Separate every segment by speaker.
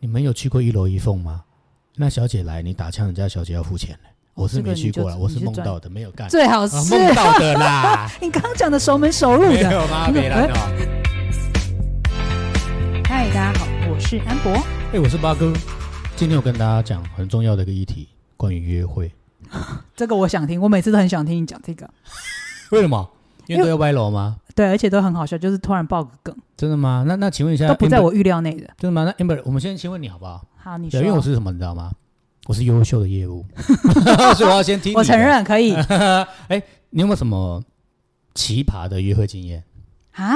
Speaker 1: 你们有去过一楼一凤吗？那小姐来，你打枪，人家小姐要付钱呢我是
Speaker 2: 这个
Speaker 1: 没去
Speaker 2: 你就
Speaker 1: 过了，
Speaker 2: 你
Speaker 1: 我是
Speaker 2: 就
Speaker 1: 梦
Speaker 2: 赚
Speaker 1: 到的，没有干。
Speaker 2: 最好
Speaker 1: 啊
Speaker 2: 是
Speaker 1: 梦到的 啦，
Speaker 2: 你刚刚讲的熟门熟路
Speaker 1: 没
Speaker 2: 的。
Speaker 1: 有吗？没啦。 哦。
Speaker 2: 嗨，大家好，我是安博。
Speaker 1: 哎，我是八哥，今天我跟大家讲很重要的一个议题，关于约会。
Speaker 2: 这个我想听，我每次都很想听你讲这个，
Speaker 1: 为什么？因
Speaker 2: 因
Speaker 1: 为
Speaker 2: 为
Speaker 1: 都要歪楼吗？
Speaker 2: 对，而且都很好笑，就是突然爆个梗，
Speaker 1: 真的吗？那那请问一下，
Speaker 2: 都不在
Speaker 1: Amber-
Speaker 2: 我预料内的。
Speaker 1: 真的吗？那 Amber，我们先先问你啊好不好？
Speaker 2: 好，你说，
Speaker 1: 对，啊因为我是什么，你知道吗？我是优秀的业 务，所以我要先听。
Speaker 2: 我承。认可以
Speaker 1: 哎，你有没有什么奇葩的约会经验？
Speaker 2: 啊，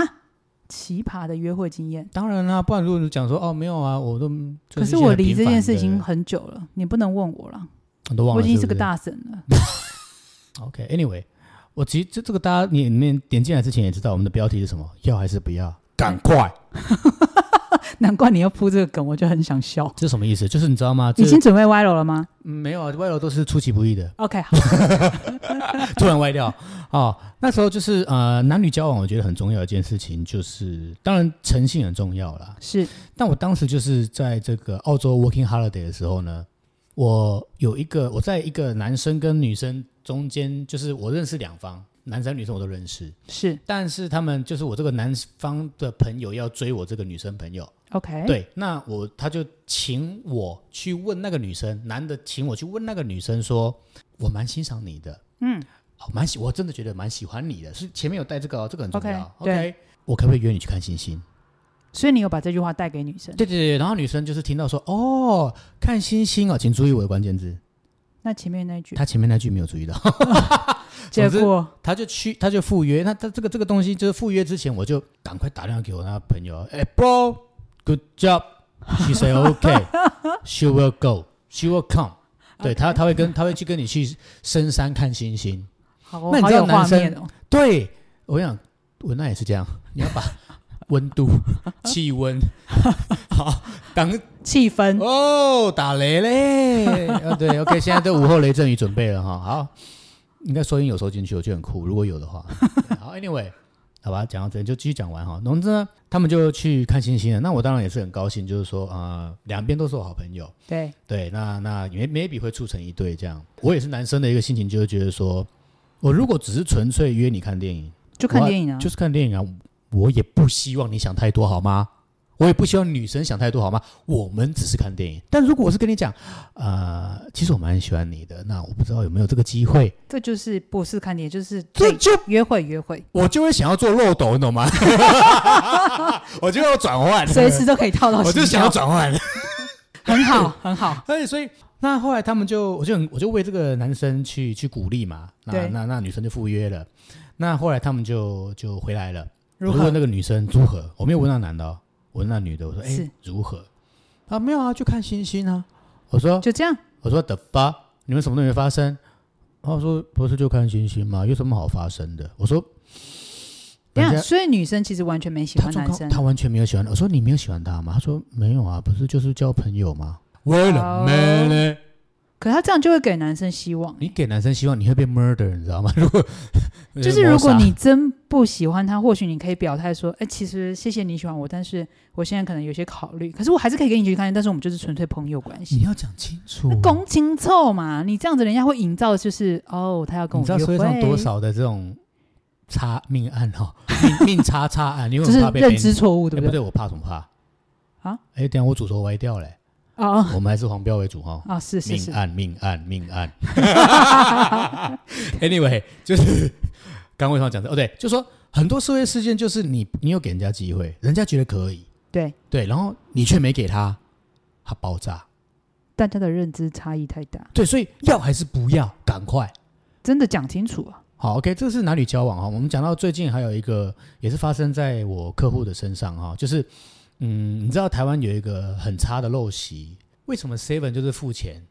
Speaker 2: 奇葩的约会经验。
Speaker 1: 当然啦、不然如果你讲说哦没有啊，我都就
Speaker 2: 可
Speaker 1: 是
Speaker 2: 是
Speaker 1: 一些
Speaker 2: 我
Speaker 1: 很
Speaker 2: 离
Speaker 1: 平
Speaker 2: 这
Speaker 1: 凡
Speaker 2: 件事
Speaker 1: 的
Speaker 2: 情很久了，你不能问我了，
Speaker 1: 我都忘
Speaker 2: 我
Speaker 1: 了，
Speaker 2: 已经
Speaker 1: 是
Speaker 2: 是
Speaker 1: 不
Speaker 2: 个
Speaker 1: 是
Speaker 2: 大神了。
Speaker 1: OK，Anyway，、我其实这这个大家你你们点进来之前也知道我们的标题是什么，要还是不要？赶快，
Speaker 2: 难怪你要铺这个梗，我就很想笑。
Speaker 1: 这什么意思？就是你知道吗？啊这
Speaker 2: 已经准备歪楼了吗
Speaker 1: 嗯没有啊，歪楼都是出其不意 的，
Speaker 2: ？OK，好，
Speaker 1: 突然歪掉。哦，那时候就是呃，男女交往我觉得很重要的一件事情，就是当然诚信很重要啦。
Speaker 2: 是
Speaker 1: 但我当时就是在这个澳洲 working holiday 的时候呢，我有一个我在一个男生跟女生中间，就是我认识两方，男生女生我都认识。
Speaker 2: 是
Speaker 1: 但是他们就是我这个男方的朋友要追我这个女生朋友，
Speaker 2: OK，，
Speaker 1: 对，那我他就请我去问那个女生，男的请我去问那个女生说，我蛮欣赏你的，
Speaker 2: 嗯
Speaker 1: 哦，蛮喜，我真的觉得蛮喜欢你的，是前面有带这个、哦，这个很重
Speaker 2: OK，
Speaker 1: 要。
Speaker 2: 对
Speaker 1: 我可不可以约你去看星星？
Speaker 2: 所以你有把这句话带给女生，
Speaker 1: 对对对，然后女生就是听到说，哦，看星星哦，请注意我的关键字，
Speaker 2: 那前面那一句，
Speaker 1: 她前面那句没有注意到，
Speaker 2: 结
Speaker 1: 总之
Speaker 2: 果
Speaker 1: 他就去，他就赴约。那他这个这个东西就是赴约之前，我就赶快打电话给我那个朋友，哎、b r o g o o d job。She said, "Okay, she will go, she will come." 对他，他会跟他会去跟你去深山看星星。
Speaker 2: 好，我
Speaker 1: 那你
Speaker 2: 好
Speaker 1: 知道
Speaker 2: 有画
Speaker 1: 男生
Speaker 2: 面哦。
Speaker 1: 对我跟你讲，文案也是这样，你要把温度、气温， 好，当
Speaker 2: 气氛
Speaker 1: 哦，打雷嘞！ 啊，对，OK，现在对午后雷阵雨准备了哈。好，应该收音有收进去，我觉得很酷。如果有的 话，对好，Anyway，好吧，讲到这里就继续讲完哈。总之呢，他们就去看星星了。那我当然也是很高兴，就是说，呃，两边都是我好朋友，
Speaker 2: 对，
Speaker 1: 对，那那 may- maybe 会促成一对这样。我也是男生的一个心情，就是觉得说，我如果只是纯粹约你看电影，
Speaker 2: 就看电影啊，
Speaker 1: 就是看电影啊，我也不希望你想太多，好吗？我也不希望女生想太多，好吗？我们只是看电影。但如果我是跟你讲，呃，其实我蛮喜欢你的，那我不知道有没有这个机会，
Speaker 2: 这就是不是看电影，就是
Speaker 1: 这
Speaker 2: 对
Speaker 1: 就
Speaker 2: 约会 约会，
Speaker 1: 我就会想要做漏斗，你懂吗？ 我就要转换，
Speaker 2: 随时都可以套 到
Speaker 1: 我
Speaker 2: 心跳。
Speaker 1: 就想要转换。
Speaker 2: 很好，很好，
Speaker 1: 而且所以那后来他们就我就很我就为这个男生去去鼓励嘛，那
Speaker 2: 对
Speaker 1: 那那女生就赴约了。那后来他们就就回来了。
Speaker 2: 如
Speaker 1: 我就问
Speaker 2: 何？
Speaker 1: 那个女生如何？我没有问那男的、哦，我问那女的，我说：“哎、
Speaker 2: 是
Speaker 1: 如何？”啊，没有啊，就看星星啊。我说
Speaker 2: 就这样，：“
Speaker 1: 我说的吧，你们什么都没发生。”然后说：“不是就看星星吗？有什么好发生的？”我说：“
Speaker 2: 这
Speaker 1: 人
Speaker 2: 样，
Speaker 1: 家
Speaker 2: 所以女生其实完全没喜
Speaker 1: 他
Speaker 2: 欢
Speaker 1: 状
Speaker 2: 男
Speaker 1: 况
Speaker 2: 生，
Speaker 1: 他完全没有喜欢。”我说：“你没有喜欢他吗？”他说：“没有啊，不是就是交朋友吗？”为了咩呢？
Speaker 2: 可他这样就会给男生希望。
Speaker 1: 你给男生希望，你会被 murder，你知道吗？如果
Speaker 2: 就是如果
Speaker 1: 谋杀
Speaker 2: 你真不喜欢他，或许你可以表态说：“哎、其实谢谢你喜欢我，但是我现在可能有些考虑，可是我还是可以跟你去看，但是我们就是纯粹朋友关
Speaker 1: 你
Speaker 2: 系。
Speaker 1: 要讲清楚，”啊
Speaker 2: 公情凑嘛，你这样子人家会营造就是哦，他要跟
Speaker 1: 你
Speaker 2: 我
Speaker 1: 知道
Speaker 2: 约
Speaker 1: 社会上
Speaker 2: 会，
Speaker 1: 多少的这种差命案哦， 命命差差案，因为
Speaker 2: 就
Speaker 1: 我
Speaker 2: 是
Speaker 1: 怕被
Speaker 2: 认
Speaker 1: ban
Speaker 2: 知错误，对
Speaker 1: 哎
Speaker 2: 不
Speaker 1: 不
Speaker 2: 对？
Speaker 1: 对，我怕什么怕？
Speaker 2: 啊？
Speaker 1: 哎，等一下我主轴歪掉嘞，
Speaker 2: 哦哦
Speaker 1: 我们还是黄标为主哈。
Speaker 2: 哦，是 是
Speaker 1: 命啊
Speaker 2: 是，
Speaker 1: 案，命案，命案。anyway，就是 刚为什么讲的？哦，对，就说很多社会事件，就是你你有给人家机会，人家觉得可以，
Speaker 2: 对，
Speaker 1: 对，然后你却没给他，他爆炸。
Speaker 2: 大家的认知差异太大，
Speaker 1: 对，所以要还是不要？赶快。
Speaker 2: 真的讲清楚啊。
Speaker 1: 好，OK，这是男女交往哈。我们讲到最近还有一个也是发生在我客户的身上哈，就是嗯，你知道台湾有一个很差的陋习，为什么 Seven 就是付钱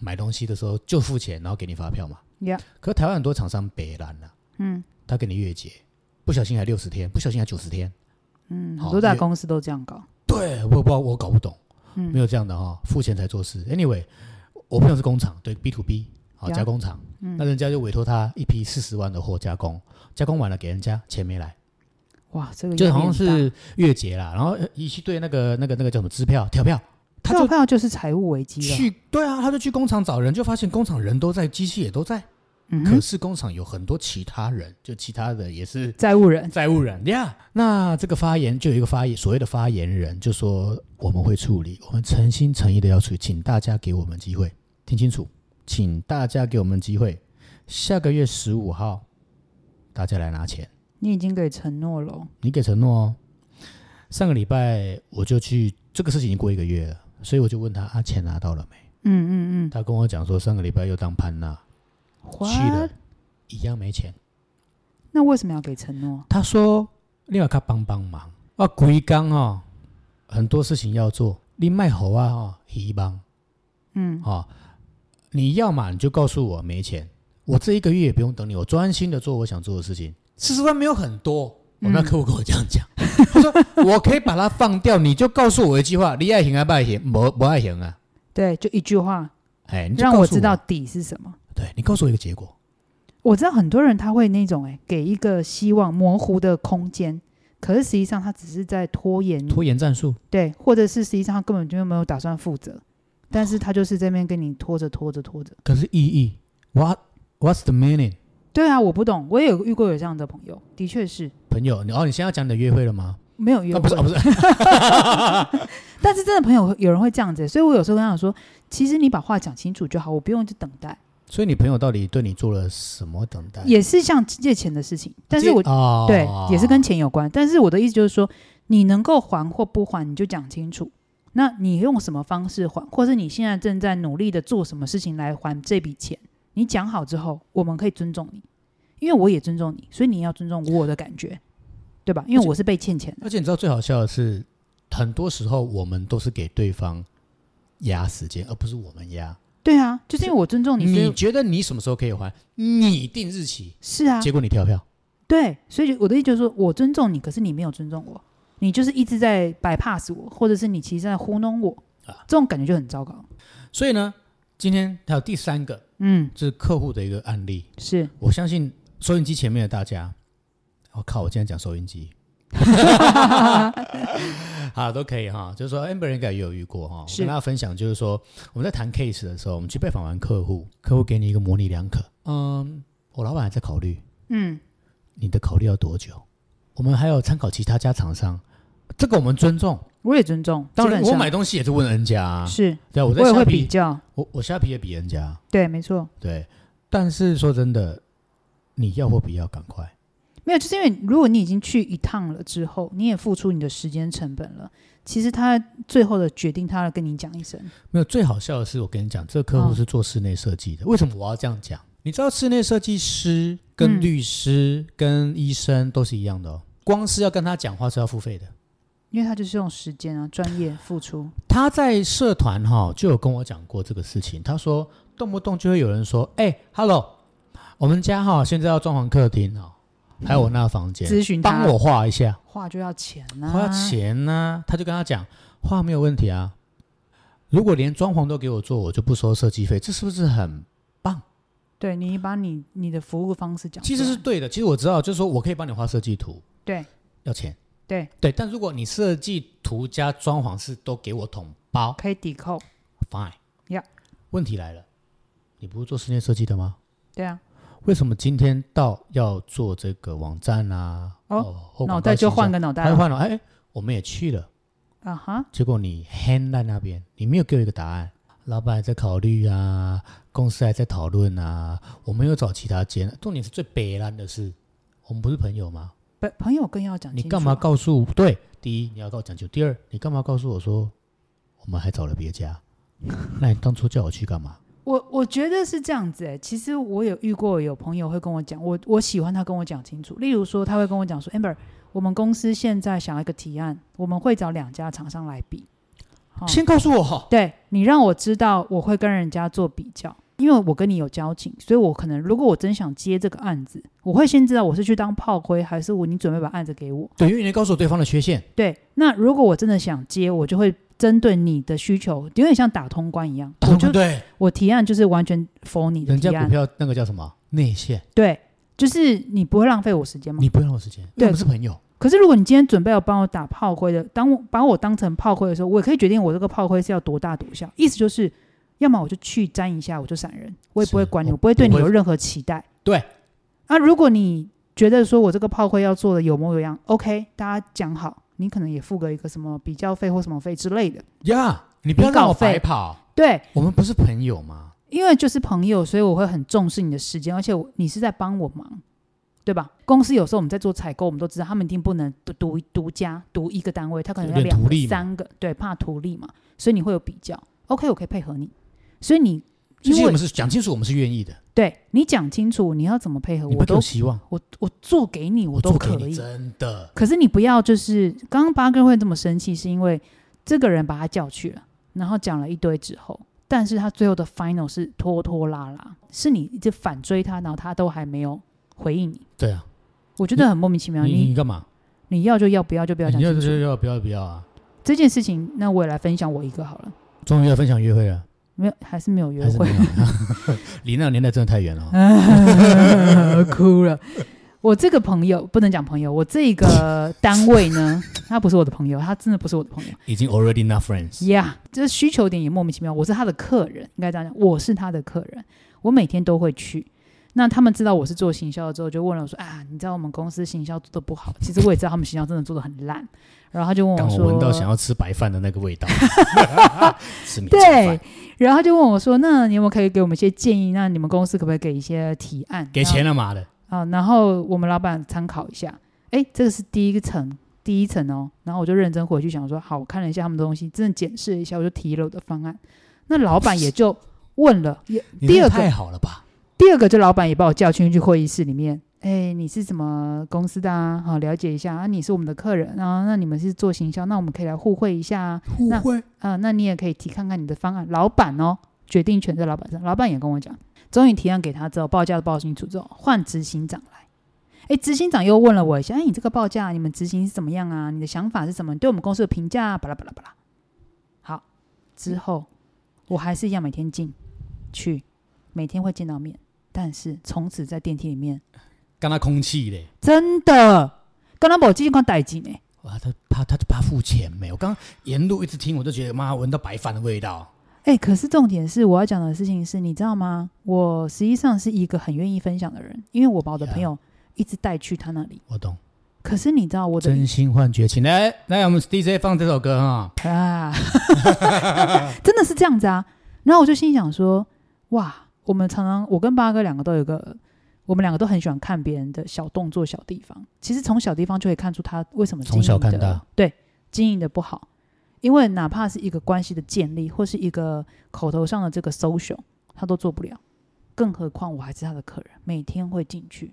Speaker 1: 买东西的时候就付钱，然后给你发票嘛？
Speaker 2: Yeah，
Speaker 1: 可台湾很多厂商北蓝了，
Speaker 2: 嗯
Speaker 1: 他给你月结，不小心还六十天，不小心还九十天。
Speaker 2: 嗯，
Speaker 1: 好
Speaker 2: 很多大
Speaker 1: 因为
Speaker 2: 公司都这样搞。
Speaker 1: 对，我也不知道，我搞不懂，
Speaker 2: 嗯
Speaker 1: 没有这样的哈、付钱才做事。Anyway，我朋友是工厂，对 B to B，好
Speaker 2: 呀
Speaker 1: 加工厂，
Speaker 2: 嗯
Speaker 1: 那人家就委托他一批四十万的货加工，加工完了给人家钱没来。
Speaker 2: 哇，这个
Speaker 1: 就是
Speaker 2: 压力
Speaker 1: 好像
Speaker 2: 很
Speaker 1: 是
Speaker 2: 大
Speaker 1: 月结啦，然后呃一去对那个那个那个叫什么支票调票，他
Speaker 2: 最
Speaker 1: 就
Speaker 2: 后看到啊就是财务危机了。
Speaker 1: 去对啊，他就去工厂找人，就发现工厂人都在，机器也都在，
Speaker 2: 嗯
Speaker 1: 可
Speaker 2: 哼，
Speaker 1: 是工厂有很多其他人，就其他的也是
Speaker 2: 债务人
Speaker 1: 债务人呀。Yeah，那这个发言就有一个发言，所谓的发言人就说我们会处理，我们诚心诚意的要处理，请大家给我们机会，听清楚，请大家给我们机会，下个月十五号大家来拿钱，
Speaker 2: 你已经给承诺了哦，
Speaker 1: 你给承诺哦。上个礼拜我就去，这个事情已经过一个月了，所以我就问他啊，钱拿到了没？
Speaker 2: 嗯嗯嗯，
Speaker 1: 他跟我讲说上个礼拜又当潘娜去了
Speaker 2: What？，
Speaker 1: 一样没钱。
Speaker 2: 那为什么要给承诺？
Speaker 1: 他说：“你要他帮帮忙啊，鬼刚哦，很多事情要做，你卖猴啊哦，一帮
Speaker 2: 嗯，
Speaker 1: 哦，你要嘛你就告诉我没钱，我这一个月也不用等你，我专心的做我想做的事情。四十万没有很多，我、那
Speaker 2: 嗯
Speaker 1: 客户跟我这样讲，他说我可以把它放掉，你就告诉我一句话，你爱行啊不爱行，不不爱行啊，
Speaker 2: 对，就一句话，
Speaker 1: 哎，你就
Speaker 2: 让
Speaker 1: 告
Speaker 2: 我
Speaker 1: 诉
Speaker 2: 知道，底是什么。
Speaker 1: 对你告诉我一个结果，
Speaker 2: 我知道很多人他会那种哎、给一个希望模糊的空间，可是实际上他只是在拖延，
Speaker 1: 拖延战术。”
Speaker 2: 对，或者是实际上他根本就没有打算负责，但是他就是这边跟你拖着拖着拖着。
Speaker 1: 可是意义，what what's the meaning？
Speaker 2: 对啊，我不懂，我也有遇过有这样的朋友，的确是
Speaker 1: 朋友，你哦，你现在要讲你的约会了吗？
Speaker 2: 没有约
Speaker 1: 啊，
Speaker 2: 会，
Speaker 1: 不是啊，不是，
Speaker 2: 但是真的朋友有人会这样子欸、所以我有时候跟他讲说，其实你把话讲清楚就好，我不用去等待，
Speaker 1: 所以你朋友到底对你做了什么等待？
Speaker 2: 也是像借钱的事情，但是
Speaker 1: 这
Speaker 2: 我、
Speaker 1: 哎哦
Speaker 2: 对也是跟钱有关，但是我的意思就是说，你能够还或不还，你就讲清楚。那你用什么方式还，或是你现在正在努力的做什么事情来还这笔钱？你讲好之后，我们可以尊重你，因为我也尊重你，所以你也要尊重我的感觉，对吧？因为我是被欠钱的，
Speaker 1: 而且你知道最好笑的是，很多时候我们都是给对方压时间，而不是我们压。
Speaker 2: 对啊，就是因为我尊重你，所
Speaker 1: 你
Speaker 2: 以
Speaker 1: 觉得你什么时候可以还？你定日期，
Speaker 2: 是啊，
Speaker 1: 结果你跳票。
Speaker 2: 对，所以就我的意思就是说，我尊重你，可是你没有尊重我，你就是一直在 bypass 我，或者是你其实在糊弄我，
Speaker 1: 啊
Speaker 2: 这种感觉就很糟糕。
Speaker 1: 所以呢，今天还有第三个，
Speaker 2: 嗯，
Speaker 1: 这是客户的一个案例。
Speaker 2: 是
Speaker 1: 我相信收音机前面的大家，我、靠，我今天讲收音 机，好都可以哈。就是说，amber 应该也有遇过哈。我
Speaker 2: 是
Speaker 1: 跟大家分享，就是说我们在谈 case 的时候，我们去拜访完客户，客户给你一个模棱两可，嗯，我老板还在考虑，
Speaker 2: 嗯，
Speaker 1: 你的考虑要多久？我们还有参考其他家厂商，这个我们尊重。
Speaker 2: 我也尊重，
Speaker 1: 当
Speaker 2: 基
Speaker 1: 然，
Speaker 2: 本
Speaker 1: 我
Speaker 2: 上
Speaker 1: 买东西也是问人家、啊，
Speaker 2: 是，
Speaker 1: 对啊，我
Speaker 2: 我
Speaker 1: 在
Speaker 2: 也
Speaker 1: 虾
Speaker 2: 会比
Speaker 1: 皮，
Speaker 2: 较，
Speaker 1: 我我虾皮也比人家，
Speaker 2: 对，没错，
Speaker 1: 对。但是说真的，你要或不要，赶快。
Speaker 2: 没有，就是因为如果你已经去一趟了之后，你也付出你的时间成本了，其实他最后的决定，他要跟你讲一声，
Speaker 1: 没有，最好笑的是，我跟你讲，这个客户是做室内设计的。为什么我要这样讲？你知道，室内设计师跟
Speaker 2: 嗯
Speaker 1: 律师、跟医生都是一样的哦，光是要跟他讲话是要付费的。
Speaker 2: 因为他就是用时间啊、专业付出，
Speaker 1: 他在社团哈、就有跟我讲过这个事情，他说动不动就会有人说：“哎、h e l l o 我们家哈、现在要装潢客厅哦，还有我那个房间，
Speaker 2: 咨询他
Speaker 1: 帮我画一下，
Speaker 2: 话就要钱啊呐、
Speaker 1: 花，钱呢、他就跟他讲，画没有问题啊，如果连装潢都给我做，我就不收设计费，这是不是很
Speaker 2: 对你把你你的服务方式讲出
Speaker 1: 其
Speaker 2: 来，
Speaker 1: 实是对的，其实我知道，就是说我可以帮你画设计图，
Speaker 2: 对，
Speaker 1: 要钱，
Speaker 2: 对
Speaker 1: 对。但如果你设计图加装潢是都给我统包
Speaker 2: 可以抵扣，
Speaker 1: ，fine。
Speaker 2: Yeah
Speaker 1: 问题来了，你不是做室内设计的吗？
Speaker 2: 对啊。
Speaker 1: 为什么今天到要做这个网站啊？
Speaker 2: 哦，
Speaker 1: 后
Speaker 2: 脑袋就换
Speaker 1: 个，
Speaker 2: 个脑袋
Speaker 1: 还
Speaker 2: 了
Speaker 1: 换了，哎，我们也去了，
Speaker 2: 啊哈，
Speaker 1: 结果你 hand 在那边，你没有给我一个答案。老板还在考虑啊，公司还在讨论啊，我们又找其他间。重点是最北烂的是，我们不是朋友吗？
Speaker 2: 朋朋友更要讲
Speaker 1: 你
Speaker 2: 清楚啊。
Speaker 1: 干嘛告诉对？第一，你要跟我讲究；第二，你干嘛告诉我说我们还找了别 家？那你当初叫我去干嘛？
Speaker 2: 我我觉得是这样子哎、其实我有遇过有朋友会跟我讲，我我喜欢他跟我讲清楚。例如说，他会跟我讲说，amber，我们公司现在想要一个提案，我们会找两家厂商来比。哦
Speaker 1: 先告诉我，
Speaker 2: 对你让我知道，我会跟人家做比较，因为我跟你有交情，所以我可能如果我真想接这个案子，我会先知道我是去当炮灰，还是我你准备把案子给我。
Speaker 1: 对，因为你告诉我对方的缺陷。
Speaker 2: 对，那如果我真的想接，我就会针对你的需求，有点像打通关一样，我就
Speaker 1: 对，
Speaker 2: 我提案就是完全否你的
Speaker 1: 人
Speaker 2: 提
Speaker 1: 家股
Speaker 2: 案，
Speaker 1: 票那个叫什么内线，
Speaker 2: 对，就是你不会浪费我时间吗？
Speaker 1: 你不用我时间，因为
Speaker 2: 嗯对
Speaker 1: 我们是朋友。
Speaker 2: 可是如果你今天准备要帮我打炮灰的，当我把我当成炮灰的时候，我也可以决定我这个炮灰是要多大多小。意思就是，要么我就去沾一下，我就闪人，我也不会
Speaker 1: 是
Speaker 2: 管你，
Speaker 1: 我
Speaker 2: 我不会对
Speaker 1: 不
Speaker 2: 你
Speaker 1: 会
Speaker 2: 有任何期待。
Speaker 1: 对。
Speaker 2: 啊，如果你觉得说我这个炮灰要做的有模有样，OK，大家讲好，你可能也付个一个什么比较费或什么费之类的。
Speaker 1: 呀，你不要
Speaker 2: 你搞
Speaker 1: 让我白
Speaker 2: 废
Speaker 1: 跑，
Speaker 2: 对，
Speaker 1: 我们不是朋友吗？
Speaker 2: 因为就是朋友，所以我会很重视你的时间，而且我你是在帮我忙，对吧？公司有时候我们在做采购，我们都知道他们一定不能独独独家独一个单位，他可能要
Speaker 1: 有点
Speaker 2: 两
Speaker 1: 图
Speaker 2: 个
Speaker 1: 利嘛
Speaker 2: 三个，对，怕图利嘛，所以你会有比较。OK，我可以配合你，所以你
Speaker 1: 其实
Speaker 2: 因
Speaker 1: 我
Speaker 2: 为
Speaker 1: 们是讲清楚，我们是愿意的。
Speaker 2: 对你讲清楚你要怎么配合，
Speaker 1: 你
Speaker 2: 我
Speaker 1: 不给
Speaker 2: 都
Speaker 1: 我希望，
Speaker 2: 我我做给你，
Speaker 1: 我
Speaker 2: 都
Speaker 1: 做
Speaker 2: 可
Speaker 1: 给你，
Speaker 2: 以。
Speaker 1: 真的。
Speaker 2: 可是你不要就是刚刚八哥会这么生气，是因为这个人把他叫去了，然后讲了一堆之后，但是他最后的 final 是拖拖拉拉，是你一直反追他，然后他都还没有回应你，
Speaker 1: 对啊，
Speaker 2: 我觉得很莫名其妙。
Speaker 1: 你
Speaker 2: 你
Speaker 1: 你干嘛？
Speaker 2: 你要就要，不要就不要讲
Speaker 1: 你要
Speaker 2: 清
Speaker 1: 就
Speaker 2: 楚
Speaker 1: 是要不要不要啊？
Speaker 2: 这件事情。那我也来分享我一个好了，
Speaker 1: 终于要分享约会了，
Speaker 2: 没有还是没有约
Speaker 1: 还是
Speaker 2: 会
Speaker 1: 没，有？啊 离那个年代真的太远了哦。
Speaker 2: 哭了。我这个朋友不能讲朋友，我这个单位呢，他不是我的朋友，他真的不是我的朋友。
Speaker 1: 已经 already not friends。
Speaker 2: 呀这需求点也莫名其妙。我是他的客人，应该这样讲，我是他的客人，我每天都会去。那他们知道我是做行销的之后，就问了我说：“啊，你知道我们公司行销做的不好，其实我也知道他们行销真的做的很烂。”然后他就问
Speaker 1: 刚
Speaker 2: 我
Speaker 1: 我
Speaker 2: 说：“
Speaker 1: 闻到想要吃白饭的那个味道， 吃米
Speaker 2: 对
Speaker 1: 饭，。
Speaker 2: 然后他就问我说：“那你有没有可以给我们一些建议？那你们公司可不可以给一些提案？
Speaker 1: 给钱了妈的，
Speaker 2: 啊，然后我们老板参考一下，哎，这个是第一个层，第一层哦。然后我就认真回去想说，好，我看了一下他们的东西，真的检视了一下，我就提了我的方案。那老板也就问了，也
Speaker 1: 你
Speaker 2: 第
Speaker 1: 这
Speaker 2: 二
Speaker 1: 太
Speaker 2: 个，
Speaker 1: 好了吧？
Speaker 2: 第二个就老板也把我叫进去会议室里面，哎，你是什么公司的啊？好，了解一下啊，你是我们的客人啊，那你们是做行销，那我们可以来互惠一下啊，
Speaker 1: 互
Speaker 2: 那
Speaker 1: 惠，
Speaker 2: 啊、那你也可以提看看你的方案。老板哦，决定权在老板上。老板也跟我讲，终于提案给他之后，报价都报清楚之后，换执行长来。哎，执行长又问了我一下，哎，你这个报价，你们执行是怎么样啊？你的想法是什么？你对我们公司的评价、啊，巴拉巴拉巴拉。好，之后我还是一样每天进去，每天会见到面，但是从此在电梯里面，
Speaker 1: 刚他空气嘞。
Speaker 2: 真的刚刚我继续看代金呢。
Speaker 1: 哇，他怕他就怕付钱没？我刚刚沿路一直听，我就觉得妈闻到白饭的味道。
Speaker 2: 哎、可是重点是我要讲的事情是，你知道吗？我实际上是一个很愿意分享的人，因为我把我的
Speaker 1: Yeah
Speaker 2: 朋友一直带去他那里。
Speaker 1: 我懂，
Speaker 2: 可是你知道我的
Speaker 1: 真心换绝情。来来，我们 DJ 放这首歌哈。
Speaker 2: 啊， 真的是这样子啊。然后我就心想说，哇，我们常常我跟八哥两个都有一个，我们两个都很喜欢看别人的小动作、小地方。其实从小地方就可以看出他为什么经营
Speaker 1: 从小看
Speaker 2: 得
Speaker 1: 大
Speaker 2: 对经营的不好。因为哪怕是一个关系的建立，或是一个口头上的这个 social，他都做不了，更何况我还是他的客人，每天会进去，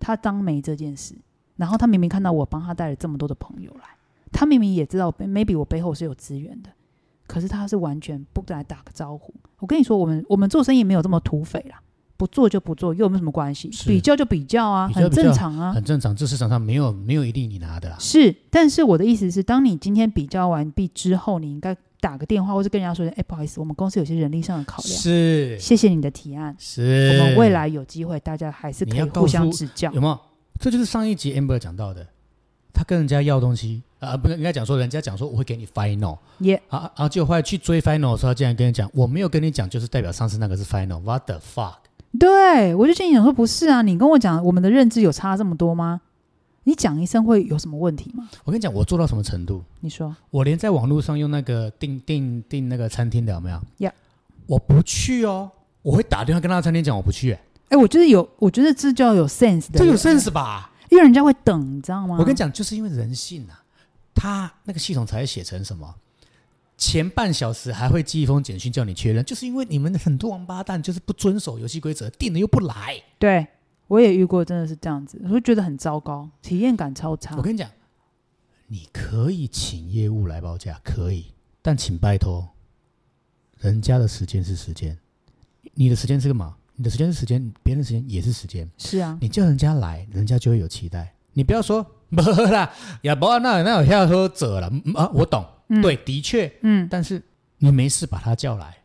Speaker 2: 他当没这件事。然后他明明看到我帮他带了这么多的朋友来，他明明也知道 maybe 我背后是有资源的，可是他是完全不来打个招呼。我跟你说，我们我们做生意没有这么土匪啦，不做就不做，又有没有什么关系？
Speaker 1: 是
Speaker 2: 比较就比较啊，
Speaker 1: 比较
Speaker 2: 很
Speaker 1: 比较
Speaker 2: 正常啊。
Speaker 1: 很正常，这市场上没有没有一定你拿的啦。
Speaker 2: 是，但是我的意思是，当你今天比较完毕之后，你应该打个电话，或是跟人家说，哎，不好意思，我们公司有些人力上的考量，
Speaker 1: 是
Speaker 2: 谢谢你的提案，
Speaker 1: 是，
Speaker 2: 我们未来有机会，大家还是可
Speaker 1: 你
Speaker 2: 以
Speaker 1: 要告诉
Speaker 2: 互相指教
Speaker 1: 有。没有？这就是上一集 Amber 讲到的，他跟人家要东西，啊，不是应该讲说人家讲说我会给你 final，
Speaker 2: 耶，
Speaker 1: 啊，啊然后结果后来去追 final 的时候，他竟然跟你讲我没有跟你讲，就是代表上次那个是 final，what the fuck？
Speaker 2: 对我就建议你说，不是啊，你跟我讲，我们的认知有差这么多吗？你讲一声会有什么问题吗？
Speaker 1: 我跟你讲，我做到什么程度？
Speaker 2: 你说。
Speaker 1: 我连在网络上用那个订订订那个餐厅的有没有
Speaker 2: Yeah
Speaker 1: 我不去哦，我会打电话跟那个餐厅讲我不去、欸，
Speaker 2: 哎、我觉得有，我觉得这叫有 sense 的，
Speaker 1: 这有 sense 吧？
Speaker 2: 因为人家会等，你知道吗？
Speaker 1: 我跟你，讲，就是因为人性啊，他那个系统才会写成什么？前半小时还会寄一封简讯叫你确认，就是因为你们很多王八蛋就是不遵守游戏规则，定了又不来。
Speaker 2: 对我也遇过，真的是这样子，我就觉得很糟糕，体验感超差
Speaker 1: 我。跟你讲，你可以请业务来报价，可以，但请拜托，人家的时间是时间，你的时间是干嘛？你的时间是时间，别人的时间也是时间。
Speaker 2: 是啊，
Speaker 1: 你叫人家来，人家就会有期待。你不要说没啦，也不那那有下喝者了嗯啊，我懂，
Speaker 2: 嗯
Speaker 1: 对，的确，
Speaker 2: 嗯，
Speaker 1: 但是你没事把他叫来，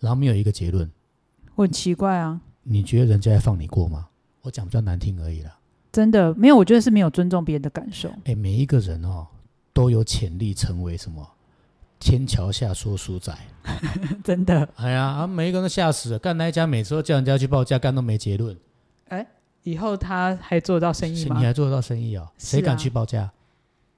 Speaker 1: 然后没有一个结论，
Speaker 2: 我很奇怪啊，
Speaker 1: 你觉得人家会放你过吗？我讲比较难听而已啦。
Speaker 2: 真的没有，我觉得是没有尊重别人的感 受。
Speaker 1: 哎，每一个人哦都有潜力成为什么天桥下说书仔。
Speaker 2: 真的，
Speaker 1: 哎呀，啊，每一个人都吓死了。干那一家每次都叫人家去报价，干都没结论，
Speaker 2: 以后他还做得到生意
Speaker 1: 你
Speaker 2: 吗？
Speaker 1: 还做得到生意哦？谁
Speaker 2: 是啊
Speaker 1: 敢去报价？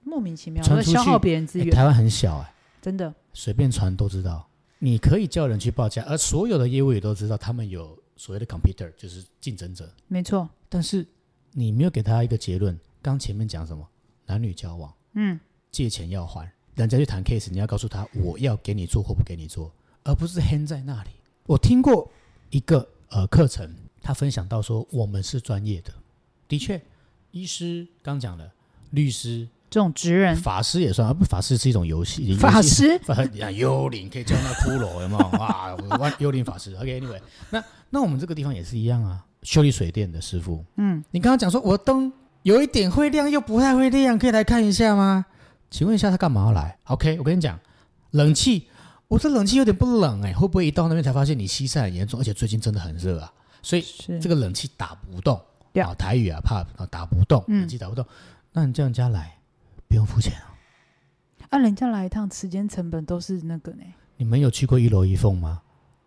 Speaker 2: 莫名其妙，
Speaker 1: 传
Speaker 2: 我在
Speaker 1: 出
Speaker 2: 消耗
Speaker 1: 去
Speaker 2: 别人资
Speaker 1: 哎
Speaker 2: 源，
Speaker 1: 台湾很小哎，
Speaker 2: 真的
Speaker 1: 随便传都知道。你可以叫人去报价，而所有的业务也都知道他们有所谓的 competitor，就是竞争者。
Speaker 2: 没错。
Speaker 1: 但是你没有给他一个结论。刚前面讲什么？男女交往，
Speaker 2: 嗯，
Speaker 1: 借钱要还，人家去谈 case，你要告诉他我要给你做或不给你做，而不是 hang 在那里。我听过一个呃课程，他分享到说我们是专业的，的确，医师刚讲了，律师、
Speaker 2: 这种职人
Speaker 1: 法师也算，啊不，法师是一种游戏，游戏
Speaker 2: 法师
Speaker 1: 法啊，幽灵可以叫那骷髅，有没有？哇，我万幽灵法师。OK，Anyway，、那那我们这个地方也是一样啊。修理水电的师傅，嗯，你刚刚讲说我的灯有一点会亮，又不太会亮，可以来看一下吗？请问一下他干嘛要来？OK，我跟你讲，冷气，我这冷气有点不冷哎、会不会一到那边才发现你西晒很严重，而且最近真的很热啊，所以
Speaker 2: 是
Speaker 1: 这个冷气打不动，
Speaker 2: 对
Speaker 1: 啊，台语啊怕啊打不动，
Speaker 2: 嗯
Speaker 1: 冷气打不动，那你叫人家来不用付钱啊？
Speaker 2: 啊，人家来一趟，时间成本都是那个呢。
Speaker 1: 你们有去过一楼一凤吗？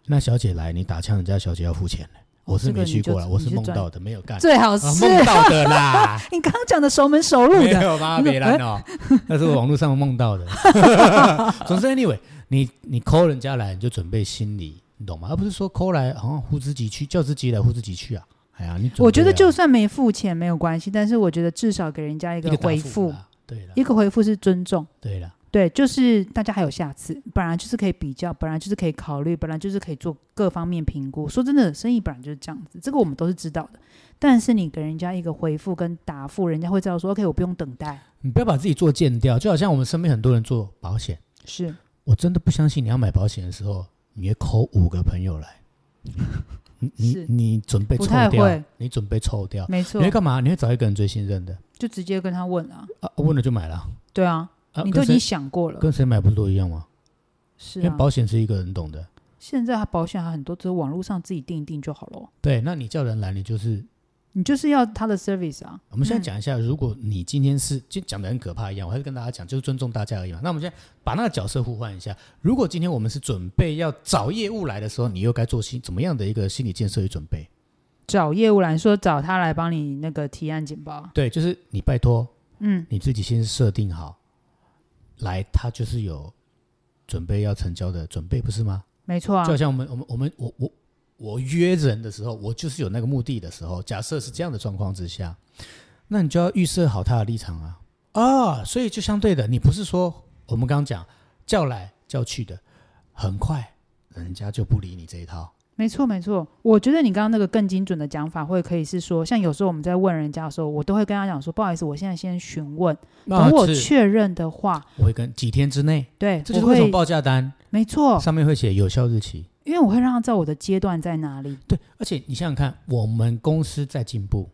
Speaker 1: 那小姐来，你打枪，人家小姐要付钱嘞。我是
Speaker 2: 这个
Speaker 1: 没去
Speaker 2: 你就
Speaker 1: 过啦，
Speaker 2: 你
Speaker 1: 我是
Speaker 2: 就
Speaker 1: 梦
Speaker 2: 赚
Speaker 1: 到的，没有干，
Speaker 2: 最好
Speaker 1: 啊
Speaker 2: 是、
Speaker 1: 梦到的啦，
Speaker 2: 你刚刚讲的熟门熟路
Speaker 1: 没
Speaker 2: 的，
Speaker 1: 有吧？别烂 哦，那是我网络上梦到的。 总之，anyway，你你 call 人家来，你就准备心理，你懂吗？啊而不是说 call 来好像呼之即去，叫自己来呼之即去啊。哎呀，你准备啊
Speaker 2: 我觉得就算没付钱没有关系，但是我觉得至少给人家一
Speaker 1: 一
Speaker 2: 个
Speaker 1: 个答
Speaker 2: 回
Speaker 1: 复
Speaker 2: 复，
Speaker 1: 啦，对啊了
Speaker 2: 一，个回复是尊重。
Speaker 1: 对了，
Speaker 2: 对，就是大家还有下次，本来就是可以比较，本来就是可以考虑，本来就是可以做各方面评估。说真的，生意本来就是这样子，这个我们都是知道的。但是你给人家一个回复跟答复，人家会知道说，OK，我不用等待。
Speaker 1: 你不要把自己做贱掉，就好像我们身边很多人做保险。
Speaker 2: 是，
Speaker 1: 我真的不相信你要买保险的时候，你会抠五个朋友来，你你
Speaker 2: 是
Speaker 1: 你准备
Speaker 2: 不
Speaker 1: 臭
Speaker 2: 太
Speaker 1: 掉
Speaker 2: 会，
Speaker 1: 你准备臭掉，
Speaker 2: 没
Speaker 1: 你
Speaker 2: 错
Speaker 1: 会，干嘛？你会找一个人最信任的
Speaker 2: 就直接跟他问啊。
Speaker 1: 啊，问了就买了
Speaker 2: 对啊，
Speaker 1: 啊，
Speaker 2: 你都
Speaker 1: 跟
Speaker 2: 已经
Speaker 1: 谁
Speaker 2: 想过了，
Speaker 1: 跟谁买不是都一样吗？
Speaker 2: 是
Speaker 1: 因为
Speaker 2: 啊。
Speaker 1: 保险是一个人懂的，
Speaker 2: 现在它保险还很多，只是网络上自己订一订就好了。
Speaker 1: 对，那你叫人来，你就是。
Speaker 2: 你就是要他的 service 啊。
Speaker 1: 我们现在
Speaker 2: 嗯
Speaker 1: 讲一下，如果你今天是就讲的很可怕一样，我还是跟大家讲，就是尊重大家而已嘛。那我们现在把那个角色互换一下，如果今天我们是准备要找业务来的时候，你又该做心怎么样的一个心理建设与准备？
Speaker 2: 找业务来说，找他来帮你那个提案简报。
Speaker 1: 对，就是你拜托，
Speaker 2: 嗯，
Speaker 1: 你自己先设定好，来，他就是有准备要成交的准备，不是吗？
Speaker 2: 没错啊
Speaker 1: 就好，像我们我们我们我我我约人的时候，我就是有那个目的的时候，假设是这样的状况之下，那你就要预设好他的立场啊啊，所以就相对的，你不是说我们刚刚讲叫来叫去的，很快人家就不理你这一套，
Speaker 2: 没错没错。我觉得你刚刚那个更精准的讲法，会可以是说，像有时候我们在问人家的时候，我都会跟他讲说，不好意思，我现在先询问，等我
Speaker 1: 啊是
Speaker 2: 确认的话，
Speaker 1: 我会跟几天之内，
Speaker 2: 对，
Speaker 1: 这就是
Speaker 2: 我
Speaker 1: 为什么
Speaker 2: 会
Speaker 1: 报价单
Speaker 2: 没错，
Speaker 1: 上面会写有效日期。
Speaker 2: 因为我会让他知道我的阶段在哪里。
Speaker 1: 对，而且你想想看，我们公司在进步，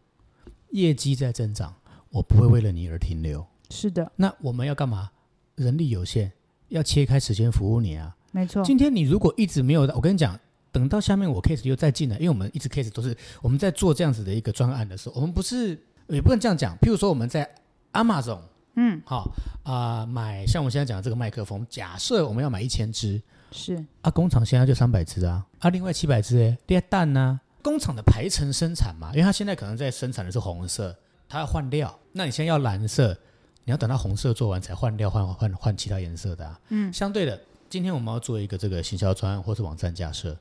Speaker 1: 业绩在增长，我不会为了你而停留。
Speaker 2: 是的，
Speaker 1: 那我们要干嘛？人力有限，要切开时间服务你啊。
Speaker 2: 没错，
Speaker 1: 今天你如果一直没有，我跟你讲，等到下面我 case 又再进来，因为我们一直 case 都是我们在做这样子的一个专案的时候，我们不是也不能这样讲。譬如说我们在 Amazon，
Speaker 2: 嗯，
Speaker 1: 好、啊、买像我们现在讲的这个麦克风，假设我们要买一千支，
Speaker 2: 是
Speaker 1: 啊，工厂现在就三百只啊，啊，另外七百只哎，裂蛋呐、工厂的排程生产嘛，因为它现在可能在生产的是红色，它要换料，那你现在要蓝色，你要等到红色做完才换料，换换换其他颜色的啊。嗯，相对的，今天我们要做一个这个行销专案或是网站架设，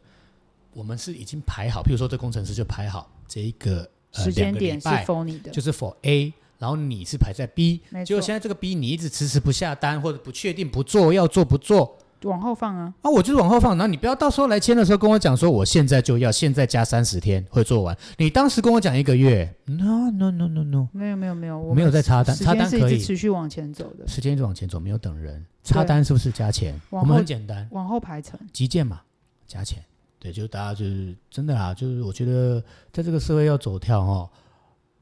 Speaker 1: 我们是已经排好，譬如说这工程师就排好这一个呃
Speaker 2: 时间
Speaker 1: 两个礼
Speaker 2: 点是
Speaker 1: 拜
Speaker 2: for 你的，
Speaker 1: 就是 for A，然后你是排在 B，
Speaker 2: 没
Speaker 1: 结果
Speaker 2: 错，
Speaker 1: 现在这个 B 你一直迟迟不下单或者不确定不做要做不做，
Speaker 2: 往后放啊，
Speaker 1: 啊，我就是往后放，然后你不要到时候来签的时候跟我讲说我现在就要，现在加三十天会做完。你当时跟我讲一个月，no no no no no，
Speaker 2: 没有没有没有，我
Speaker 1: 没有
Speaker 2: 们
Speaker 1: 在插单，
Speaker 2: 时
Speaker 1: 插
Speaker 2: 间
Speaker 1: 单
Speaker 2: 是
Speaker 1: 可
Speaker 2: 一直
Speaker 1: 以，
Speaker 2: 持续往前走的，
Speaker 1: 时间一直往前走，没有等人。
Speaker 2: 对
Speaker 1: 插单是不是加钱？
Speaker 2: 往
Speaker 1: 我们
Speaker 2: 后
Speaker 1: 很简单，
Speaker 2: 往后排程。
Speaker 1: 急件嘛，加钱。对，就是大家就是真的啦，就是我觉得在这个社会要走跳哦，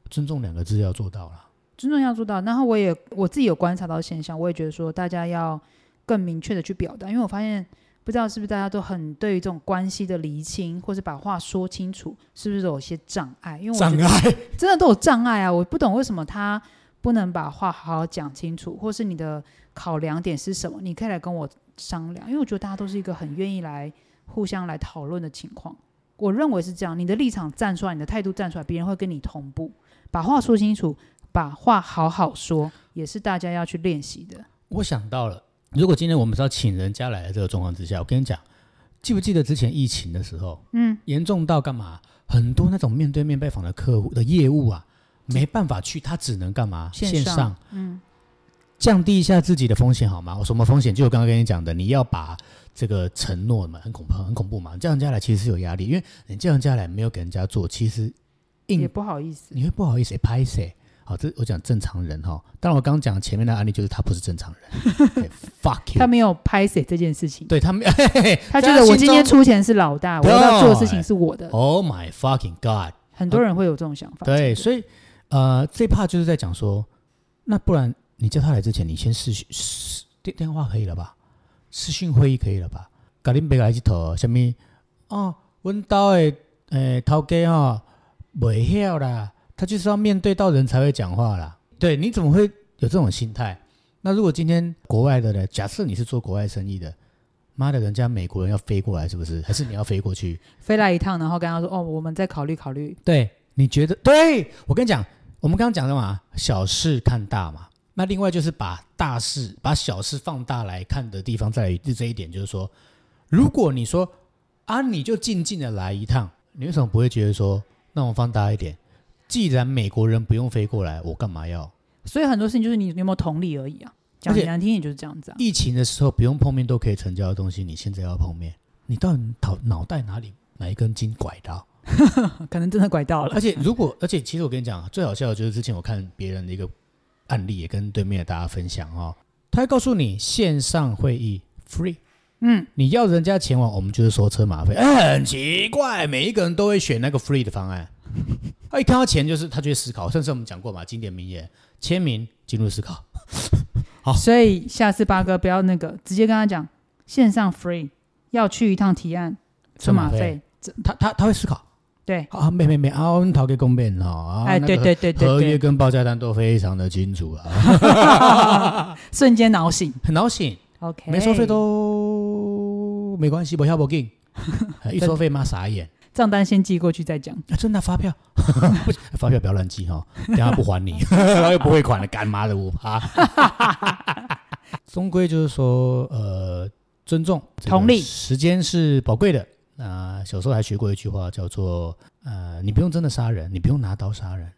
Speaker 1: 尊重两个字要做到啦。
Speaker 2: 尊重要做到。然后我也我自己有观察到现象，我也觉得说大家要更明确的去表达，因为我发现不知道是不是大家都很对于这种关系的厘清，或是把话说清楚，是不是都有些障碍？因为我觉
Speaker 1: 障
Speaker 2: 得
Speaker 1: 碍。
Speaker 2: 真的都有障碍啊！我不懂为什么他不能把话好好讲清楚，或是你的考量点是什么？你可以来跟我商量，因为我觉得大家都是一个很愿意来互相来讨论的情况。我认为是这样，你的立场站出来，你的态度站出来，别人会跟你同步，把话说清楚，把话好好说，也是大家要去练习的。
Speaker 1: 我想到了，如果今天我们是要请人家来的这个状况之下，我跟你讲，记不记得之前疫情的时候，
Speaker 2: 嗯，
Speaker 1: 严重到干嘛？很多那种面对面拜访的客户的业务啊，没办法去，他只能干嘛？
Speaker 2: 线上嗯，
Speaker 1: 降低一下自己的风险好吗？我什么风险？就我刚刚跟你讲的，你要把这个承诺嘛，很恐怖，很恐怖嘛。你叫人家来其实是有压力，因为你叫人家来没有给人家做，其实硬
Speaker 2: 也不好意思。
Speaker 1: 你会不好意思，欸拍谁？好，这我讲正常人哈、当然，我刚刚讲前面的案例就是他不是正常人。 对 fuck
Speaker 2: 他
Speaker 1: you！
Speaker 2: 没有拍谁这件事情，
Speaker 1: 对他们，嘿嘿嘿
Speaker 2: 他觉得我今
Speaker 1: 在
Speaker 2: 天出钱是老大，哦我要做的事情啊是我的
Speaker 1: 他心中。，Oh my fucking god！
Speaker 2: 很多人会有这种想法。
Speaker 1: 对，
Speaker 2: 真的
Speaker 1: 所以呃，这怕就是在讲说，那不然你叫他来之前，你先视讯视电电话可以了吧？视讯会议可以了吧？甲恁别来去头，什么哦，阮兜的诶头家吼，袂晓啦，他就是要面对到人才会讲话啦。对，你怎么会有这种心态？那如果今天国外的呢？假设你是做国外生意的，妈的，人家美国人要飞过来是不是？还是你要飞过去？
Speaker 2: 飞来一趟，然后跟他说：“哦，我们再考虑考虑。
Speaker 1: 对，你觉得？对我跟你讲，我们刚刚讲的嘛，小事看大嘛。那另外就是把大事、把小事放大来看的地方，在于这一点，就是说，如果你说啊，你就静静的来一趟，你为什么不会觉得说，那我放大一点？既然美国人不用飞过来，我干嘛要？”
Speaker 2: 所以很多事情就是你有没有同理而已啊。讲
Speaker 1: 而且
Speaker 2: 难听点就是这样子啊。
Speaker 1: 疫情的时候不用碰面都可以成交的东西，你现在要碰面，你到底脑脑袋哪里哪一根筋拐到？
Speaker 2: 可能真的拐到了嗯
Speaker 1: 而。且如果，而且其实我跟你讲啊，最好笑的就是之前我看别人的一个案例，也跟对面的大家分享哦，他会告诉你线上会议 free。
Speaker 2: 嗯，
Speaker 1: 你要人家前往，我们就是收车马费。哎，很奇怪，每一个人都会选那个 free 的方案。他一看到钱，就是他就会思考。甚至我们讲过嘛，经典名言：签名进入思考。好
Speaker 2: 所以下次八哥不要那个，直接跟他讲线上 free，要去一趟提案，车马
Speaker 1: 车马
Speaker 2: 费。这
Speaker 1: 他他他会思考
Speaker 2: 对，
Speaker 1: 啊，没没没啊，我们讨给公辩哦啊，
Speaker 2: 哎，
Speaker 1: 那个
Speaker 2: 对对对对
Speaker 1: 合约
Speaker 2: 对，
Speaker 1: 跟报价单都非常的清楚啊，
Speaker 2: 瞬间挠醒。
Speaker 1: 很闹心。
Speaker 2: OK，
Speaker 1: 没收费都没关系，不要不 给，一收费妈傻眼，
Speaker 2: 账单先寄过去再讲。
Speaker 1: 啊、真的发票， 不行发票不要乱寄哈，等下不 还你，然后又不汇款了，干妈的五趴。 终归就是说，呃，尊重，这个
Speaker 2: 同理
Speaker 1: 时间是宝贵的。那、小时候还学过一句话，叫做呃，你不用真的杀人，你不用拿刀杀人，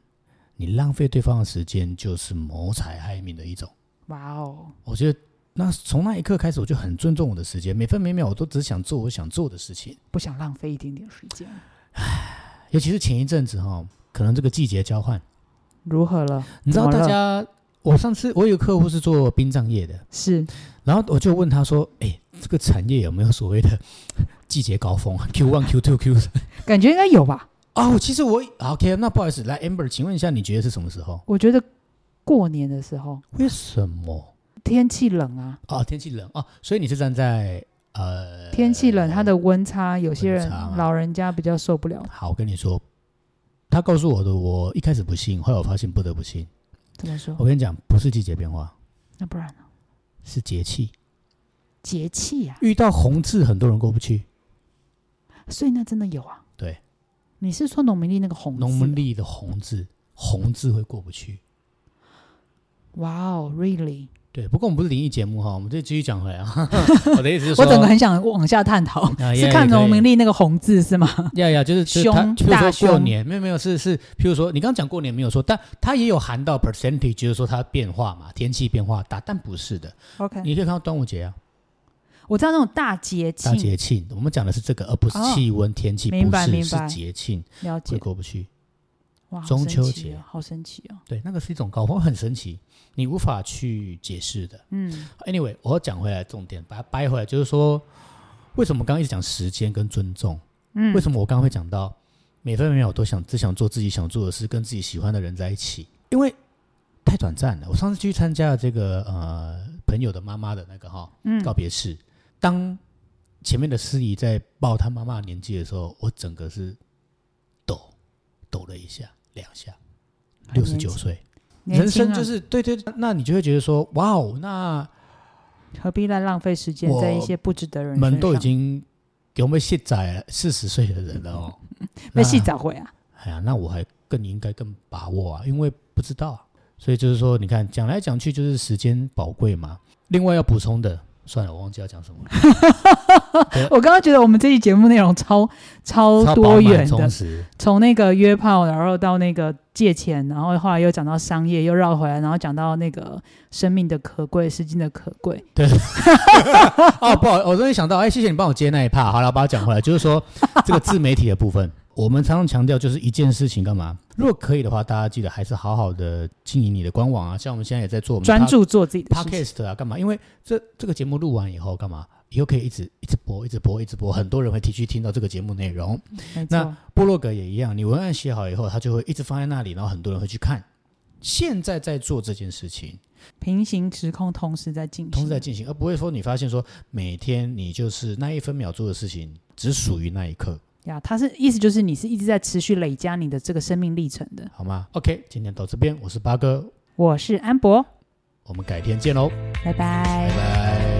Speaker 1: 你浪费对方的时间就是谋财害命的一种。
Speaker 2: 哇哦，
Speaker 1: 我觉得那从那一刻开始，我就很尊重我的时间，每分每秒我都只想做我想做的事情。
Speaker 2: 不想浪费一点点时间，
Speaker 1: 尤其是前一阵子哈、可能这个季节交换，
Speaker 2: 如何了？
Speaker 1: 你知道
Speaker 2: 怎么
Speaker 1: 大
Speaker 2: 了
Speaker 1: 家，我上次我有客户是做殡葬业的，
Speaker 2: 是
Speaker 1: 然后我就问他说：“哎，这个产业有没有所谓的季节高峰？Q one、Q two、Q 三？
Speaker 2: 感觉应该有吧？
Speaker 1: 哦，其实我 OK，那不好意思，来 Amber，请问一下，你觉得是什么时候？
Speaker 2: 我觉得过年的时候
Speaker 1: 为什么？
Speaker 2: 天气冷啊，
Speaker 1: 哦，天气冷哦，所以你是站在呃
Speaker 2: 天气冷，它的温差有些
Speaker 1: 温
Speaker 2: 人
Speaker 1: 差啊
Speaker 2: 老人家比较受不了，
Speaker 1: 好，我跟你说，他告诉我的，我一开始不信，后来我发现不得不信。
Speaker 2: 怎么说？
Speaker 1: 我跟你讲，不是季节变化，
Speaker 2: 那不然呢？
Speaker 1: 是节气。
Speaker 2: 节气啊，
Speaker 1: 遇到红字，很多人过不去。
Speaker 2: 所以那真的有啊。
Speaker 1: 对，
Speaker 2: 你是说农民历那个红字？啊
Speaker 1: 农民历的红字，红字会过不去。
Speaker 2: 哇哦，really？
Speaker 1: 对，不过我们不是灵异节目哈，我们就继续讲回来啊。 我的意思是说，
Speaker 2: 我整个很想往下探讨，
Speaker 1: 啊
Speaker 2: 是看农民历那个红字是吗？
Speaker 1: 呀呀，就是就是
Speaker 2: 凶
Speaker 1: 他，譬
Speaker 2: 大
Speaker 1: 如说过
Speaker 2: 凶
Speaker 1: 年，没有没有，是是，譬如说你刚刚讲过年没有说，但它也有含到 percentage，就是说它变化嘛，天气变化大，但不是的。
Speaker 2: OK，
Speaker 1: 你可以看到端午节啊，
Speaker 2: 我知道那种大节
Speaker 1: 大
Speaker 2: 庆，
Speaker 1: 节庆，我们讲的是这个，而不是
Speaker 2: 哦
Speaker 1: 气温、天气，
Speaker 2: 明
Speaker 1: 不
Speaker 2: 白
Speaker 1: 是
Speaker 2: 明
Speaker 1: 是
Speaker 2: 白
Speaker 1: 节庆
Speaker 2: 了
Speaker 1: 会
Speaker 2: 解。
Speaker 1: 过不去。
Speaker 2: 哇，好
Speaker 1: 中秋
Speaker 2: 神奇
Speaker 1: 节
Speaker 2: 哦好神奇哦。
Speaker 1: 对，那个是一种高峰，很神奇，你无法去解释的。
Speaker 2: 嗯，
Speaker 1: Anyway，我要讲回来重点，把它掰回来，就是说，为什么我刚刚一直讲时间跟尊重？
Speaker 2: 嗯
Speaker 1: 为什么我刚刚会讲到每分每秒都想只想做自己想做的事，跟自己喜欢的人在一起？因为太短暂了。我上次去参加了这个呃朋友的妈妈的那个哈、
Speaker 2: 嗯
Speaker 1: 告别式，当前面的司仪在报他妈妈的年纪的时候，我整个是抖抖了一下两下，
Speaker 2: 很
Speaker 1: 六
Speaker 2: 年
Speaker 1: 十
Speaker 2: 轻啊
Speaker 1: 九岁，
Speaker 2: 年
Speaker 1: 人
Speaker 2: 轻
Speaker 1: 生
Speaker 2: 啊
Speaker 1: 就是对对，对那你就会觉得说，哇哦，那
Speaker 2: 何必来浪费时间在一些不值得的人身上？
Speaker 1: 门都已经给我们卸载了四十岁的人了哦，
Speaker 2: 被
Speaker 1: 那
Speaker 2: 戏找回啊，
Speaker 1: 哎呀，那我还更应该更把握啊，因为不知道啊、所以就是说，你看讲来讲去就是时间宝贵嘛。另外要补充的，算了，我忘记要讲什么了，
Speaker 2: 我刚刚觉得我们这期节目内容超超
Speaker 1: 超饱
Speaker 2: 多
Speaker 1: 满
Speaker 2: 元的
Speaker 1: 充，实，
Speaker 2: 从那个约炮，然后到那个借钱，然后后来又讲到商业，又绕回来，然后讲到那个生命的可贵，时间的可贵。
Speaker 1: 哦，不好，我终于想到，哎，谢谢你帮我接那一趴。好了，把它讲回来，就是说这个自媒体的部分， 我们常常强调就是一件事情干嘛？如果可以的话，大家记得还是好好的经营你的官网啊。像我们现在也在做我们
Speaker 2: 专注做自己的事情。
Speaker 1: podcast 啊，干嘛？因为这这个节目录完以后干嘛？以后可以一直一直播，一直播，一直播，很多人会提去听到这个节目内容。
Speaker 2: 没错
Speaker 1: 那，部落格也一样，你文案写好以后，它就会一直放在那里，然后很多人会去看。现在在做这件事情，
Speaker 2: 平行时空同时在进行，
Speaker 1: 同时在进行，而不会说你发现说每天你就是那一分秒做的事情，只属于那一刻，
Speaker 2: 呀。它是意思就是你是一直在持续累加你的这个生命历程的。
Speaker 1: 好吗？OK，今天到这边，我是八哥，
Speaker 2: 我是安博，
Speaker 1: 我们改天见喽，拜
Speaker 2: 拜拜
Speaker 1: 拜。